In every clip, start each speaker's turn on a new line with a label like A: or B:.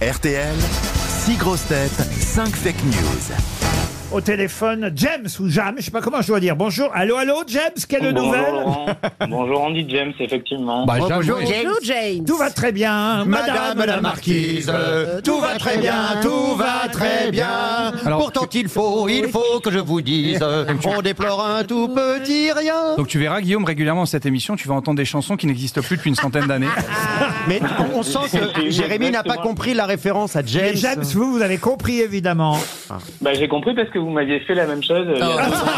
A: RTL, 6 grosses têtes, 5 fake news.
B: Au téléphone, James ou Jam, je sais pas comment je dois dire. Bonjour, allô, allô, James, quelle
C: Bonjour
B: nouvelle
C: Laurent. Bonjour Andy James, effectivement.
D: Bah, jamais.
E: Bonjour James.
B: Tout va très bien, hein,
F: Madame la marquise, tout va très bien, tout va très bien.
D: Alors,
F: Pourtant il faut, il faut que je vous dise, on déplore un tout petit rien.
D: Donc tu verras, Guillaume, régulièrement dans cette émission, tu vas entendre des chansons qui n'existent plus depuis une centaine d'années.
F: Mais on sent que Jérémy n'a pas compris la référence à
B: Et
F: James.
B: James, vous, vous avez compris évidemment.
C: Bah, j'ai compris parce que vous m'aviez fait la même chose. euh, il y a
D: Ah,
C: deux semaines.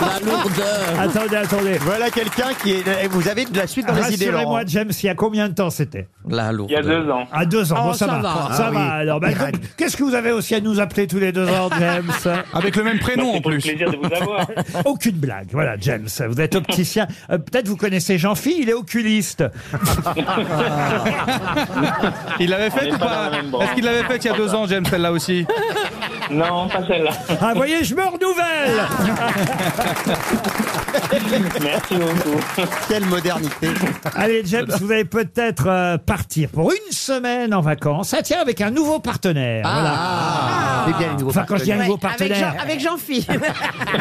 E: La lourdeur.
B: attendez, attendez.
F: Euh, Voilà quelqu'un qui est. euh, Vous avez de la suite dans les idées, Laurent.
B: Rassurez-moi, James, il y a combien de temps c'était
E: La
C: Il y a deux ans.
B: À deux ans,
E: Oh,
B: bon, ça,
E: ça
B: va.
E: va.
B: Ça
F: Ah,
B: va
F: oui.
B: alors. Bah, donc, Qu'est-ce que vous avez aussi à nous appeler tous les deux ans, James
D: Avec le même
C: Bah,
D: prénom en
C: c'est pour le
D: plus.
C: plaisir de vous avoir.
B: Aucune blague. Voilà, James, vous êtes opticien. Euh, Peut-être vous connaissez Jean-Phi, il est oculiste.
D: Il l'avait
C: On
D: fait
C: est
D: ou
C: pas
D: pas
C: dans la même bande.
D: Est-ce qu'il l'avait fait il y a deux ans, James, celle-là aussi
C: Non, pas celle-là.
B: Ah, voyez, je me renouvelle
C: Merci beaucoup.
F: Quelle modernité.
B: Allez, James, vous allez peut-être euh, partir pour une semaine en vacances. Ça tient avec un nouveau partenaire.
F: Ah, C'est Eh bien, les nouveaux
B: Enfin, quand je dis un
F: partenaires.
B: nouveau
E: avec Jean,
B: partenaire.
E: avec Jean-Phi.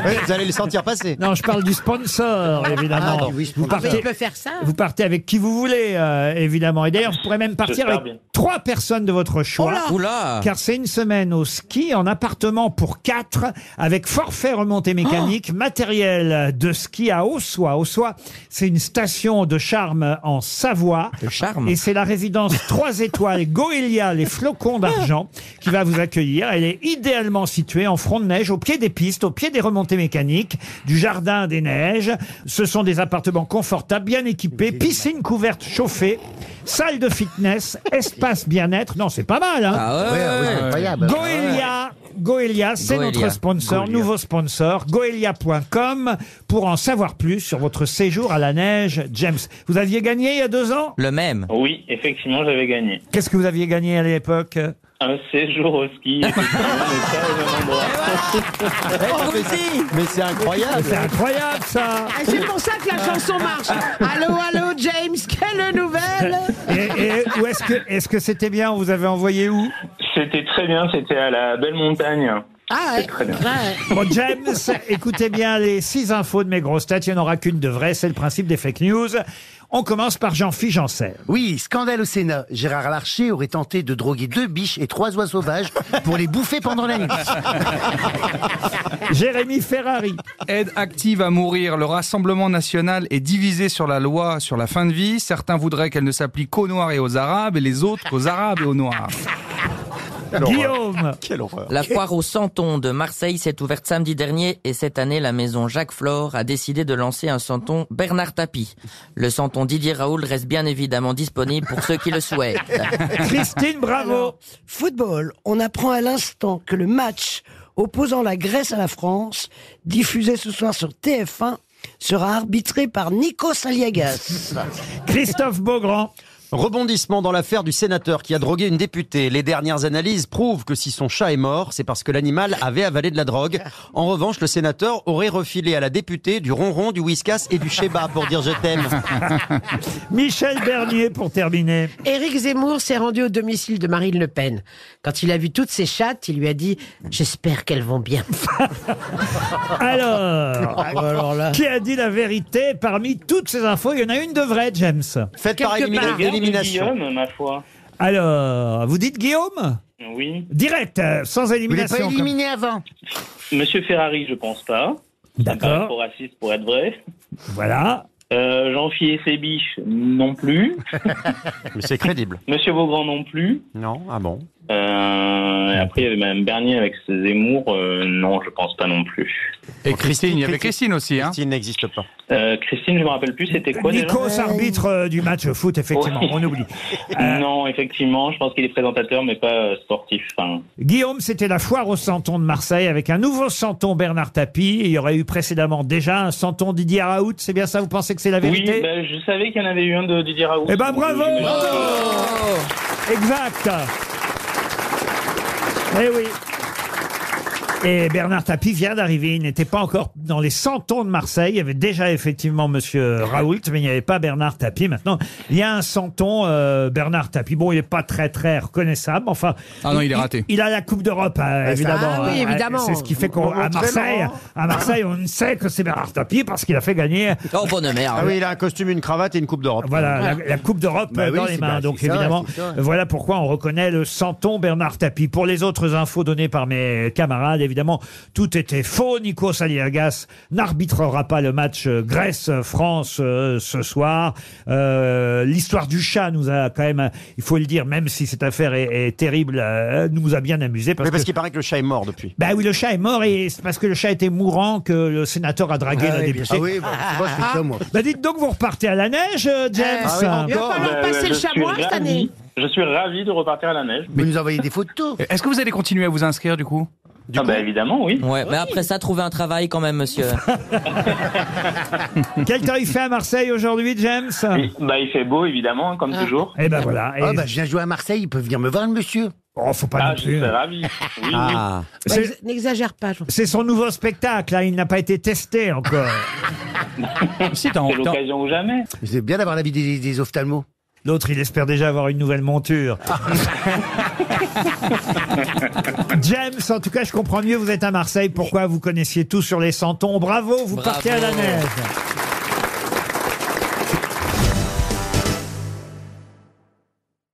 F: Ouais, Vous allez le sentir passer.
B: Non, je parle du sponsor, évidemment.
F: Ah, oui,
B: vous,
E: Mais je
B: partez,
E: peux faire ça.
B: vous partez avec qui vous voulez, euh, évidemment. Et d'ailleurs, vous pourrez même partir
C: J'espère
B: avec
C: bien.
B: trois personnes de votre
E: Oh
B: choix.
E: Oula.
B: Car c'est une semaine au ski en appartement pour quatre avec forfait remontée mécanique, matériel de ski à Ossois. Ossois, c'est une station de charme en Savoie.
E: Le charme.
B: Et c'est la résidence 3 étoiles Goélia, les flocons d'argent, qui va vous accueillir. Elle est idéalement située en front de neige, au pied des pistes, au pied des remontées mécaniques, du jardin des neiges. Ce sont des appartements confortables, bien équipés, piscine couverte chauffée, salle de fitness, espace bien-être. Non, c'est pas mal, hein Goelia, Euh, Goelia, c'est
E: Goelia.
B: notre sponsor, nouveau sponsor, goelia.com, pour en savoir plus sur votre séjour à la neige. James, vous aviez gagné il y a deux ans
E: Le même.
C: Oui, effectivement, j'avais gagné.
B: Qu'est-ce que vous aviez gagné à l'époque
C: Un séjour au ski, effectivement, mais pas au même endroit.
F: Mais c'est incroyable.
B: C'est incroyable ça
E: Ah, C'est pour ça que la chanson marche. Allô, allô, James, quelle nouvelle
B: Et, et où est-ce que est-ce que c'était bien On vous avez envoyé où
C: C'était très bien, c'était à la belle montagne.
E: Ah ouais.
C: très bien.
E: Ouais.
B: Bon James, écoutez bien les six infos de mes grosses têtes, il n'y en aura qu'une de vraie, c'est le principe des fake news. On commence par Jean-Philippe Janssen.
G: Oui, scandale au Sénat. Gérard Larcher aurait tenté de droguer deux biches et trois oies sauvages pour les bouffer pendant la nuit.
B: Jérémy Ferrari,
D: Aide active à mourir. Le Rassemblement national est divisé sur la loi sur la fin de vie. Certains voudraient qu'elle ne s'applique qu'aux Noirs et aux Arabes, et les autres qu'aux Arabes et aux Noirs.
B: Guillaume,
F: Quelle horreur.
H: La foire au santon de Marseille s'est ouverte samedi dernier et cette année la maison Jacques Flore a décidé de lancer un santon Bernard Tapie. Le santon Didier Raoul reste bien évidemment disponible pour ceux qui le souhaitent.
B: Christine Bravo,
I: Football, on apprend à l'instant que le match opposant la Grèce à la France, diffusé ce soir sur TF1, sera arbitré par Nico Saliagas.
B: Christophe Beaugrand,
F: Rebondissement dans l'affaire du sénateur qui a drogué une députée. Les dernières analyses prouvent que si son chat est mort, c'est parce que l'animal avait avalé de la drogue. En revanche, le sénateur aurait refilé à la députée du ronron, du whiskas et du sheba pour dire je t'aime.
B: Michel Bernier pour terminer.
E: Éric Zemmour s'est rendu au domicile de Marine Le Pen. Quand il a vu toutes ses chattes, il lui a dit J'espère qu'elles vont bien.
B: Alors,
G: Ah, bah
E: Alors là.
B: qui a dit la vérité parmi toutes ces infos Il y en a une de vraie, James.
F: Faites par
E: Quelque
D: Ah,
F: élimina-
E: part.
C: Regarde
F: élimination.
C: hein, Guillaume, ma foi.
B: Alors, vous dites Guillaume
C: Oui.
B: Direct, euh, sans
G: Vous l'avez
B: élimination.
G: pas
B: comme-
G: éliminé avant.
C: Monsieur Ferrari, je pense pas. Pas trop
B: D'accord,
C: raciste pour être vrai.
B: voilà.
C: Euh, Jean-Phi et ses biches, non plus.
F: Mais c'est crédible.
C: Monsieur Beaugrand, non plus.
F: Non Ah bon
C: Euh, et après, il y avait Madame Bernier avec ses Zemmour. euh, non, je pense pas non plus.
D: Et Christine, il y avait Christine aussi. Hein.
F: S'il n'existe pas.
C: Euh, Christine, je me rappelle plus, c'était quoi déjà
B: Nikos, arbitre euh, du match de foot, effectivement,
C: Ouais.
B: on oublie. Euh,
C: Non, effectivement, je pense qu'il est présentateur, mais pas euh, sportif. Enfin,
B: Guillaume, c'était la foire au santon de Marseille avec un nouveau santon Bernard Tapie. Il y aurait eu précédemment déjà un santon Didier Raoult, c'est bien ça Vous pensez que c'est la
C: oui,
B: vérité
C: ben, je savais qu'il y en avait eu un de Didier Raoult.
B: Eh ben bravo,
C: Je-
B: bravo Exact Eh oui Et Bernard Tapie vient d'arriver. Il n'était pas encore dans les 100 tons de Marseille. Il y avait déjà effectivement Monsieur Raoult, mais il n'y avait pas Bernard Tapie. Maintenant, il y a un 100 tons euh, Bernard Tapie. Bon, il n'est pas très très reconnaissable. Enfin,
D: Ah non, il est raté.
B: Il, a la Coupe d'Europe, euh, évidemment.
E: Ah oui,
B: Euh,
E: évidemment.
B: C'est ce qui fait qu'à Marseille, à Marseille, on sait que c'est Bernard Tapie parce qu'il a fait gagner.
H: Oh, bonne merde.
F: Ah oui, il a un costume, une cravate et une coupe
B: Ah,
F: d'Europe.
B: Voilà, la, la Coupe d'Europe
G: Bah
B: euh, dans
G: oui,
B: les
G: c'est
B: mains.
G: pas-
B: Donc
G: c'est ça,
B: évidemment,
G: c'est ça.
B: voilà pourquoi on reconnaît le santon Bernard Tapie. Pour les autres infos données par mes camarades, évidemment, tout était faux. Nico Saliagas n'arbitrera pas le match euh, Grèce-France euh, ce soir. Euh, L'histoire du chat nous a quand même, il faut le dire, même si cette affaire est, est terrible, euh, nous a bien amusé parce
F: Mais parce
B: que
F: qu'il paraît que le chat est mort depuis.
B: bah oui, le chat est mort et c'est parce que le chat était mourant que le sénateur a dragué la
G: oui, bien sûr. Ah oui,
B: députée.
G: bah, c'est moi, je suis ça, moi.
B: Bah dites donc, vous repartez à la neige, euh, James.
E: Ah Il va falloir
C: Bah,
E: passer
C: je
E: le
C: suis
E: chamois cette
C: ravi.
E: année.
C: Je suis ravi de repartir à la neige.
G: Vous nous envoyez des photos.
D: Est-ce que vous allez continuer à vous inscrire du coup
C: ah bah évidemment, oui.
H: Ouais, mais après ça, trouver un travail quand même, monsieur.
B: Quel temps il fait à Marseille aujourd'hui, James
C: Oui, Bah il fait beau évidemment, comme
E: Ah.
C: toujours.
B: Eh ben voilà. Et-
G: Ah bah je viens jouer à Marseille, ils peuvent venir me voir le monsieur.
B: Oh, faut pas
C: Ah,
B: non
C: je
B: plus.
C: suis ravi. Oui, oui.
F: Ah,
E: Ouais,
B: C'est-
E: ex- N'exagère pas, Jean.
B: C'est son nouveau spectacle, hein, il n'a pas été testé encore.
D: Si, t'as en-
C: C'est
D: t'as-
C: l'occasion ou jamais.
G: C'est bien d'avoir l'avis des, des ophtalmos.
B: L'autre, il espère déjà avoir une nouvelle monture. James, en tout cas, je comprends mieux, vous êtes à Marseille, pourquoi vous connaissiez tout sur les santons. Bravo, vous
H: Bravo.
B: partez à la neige.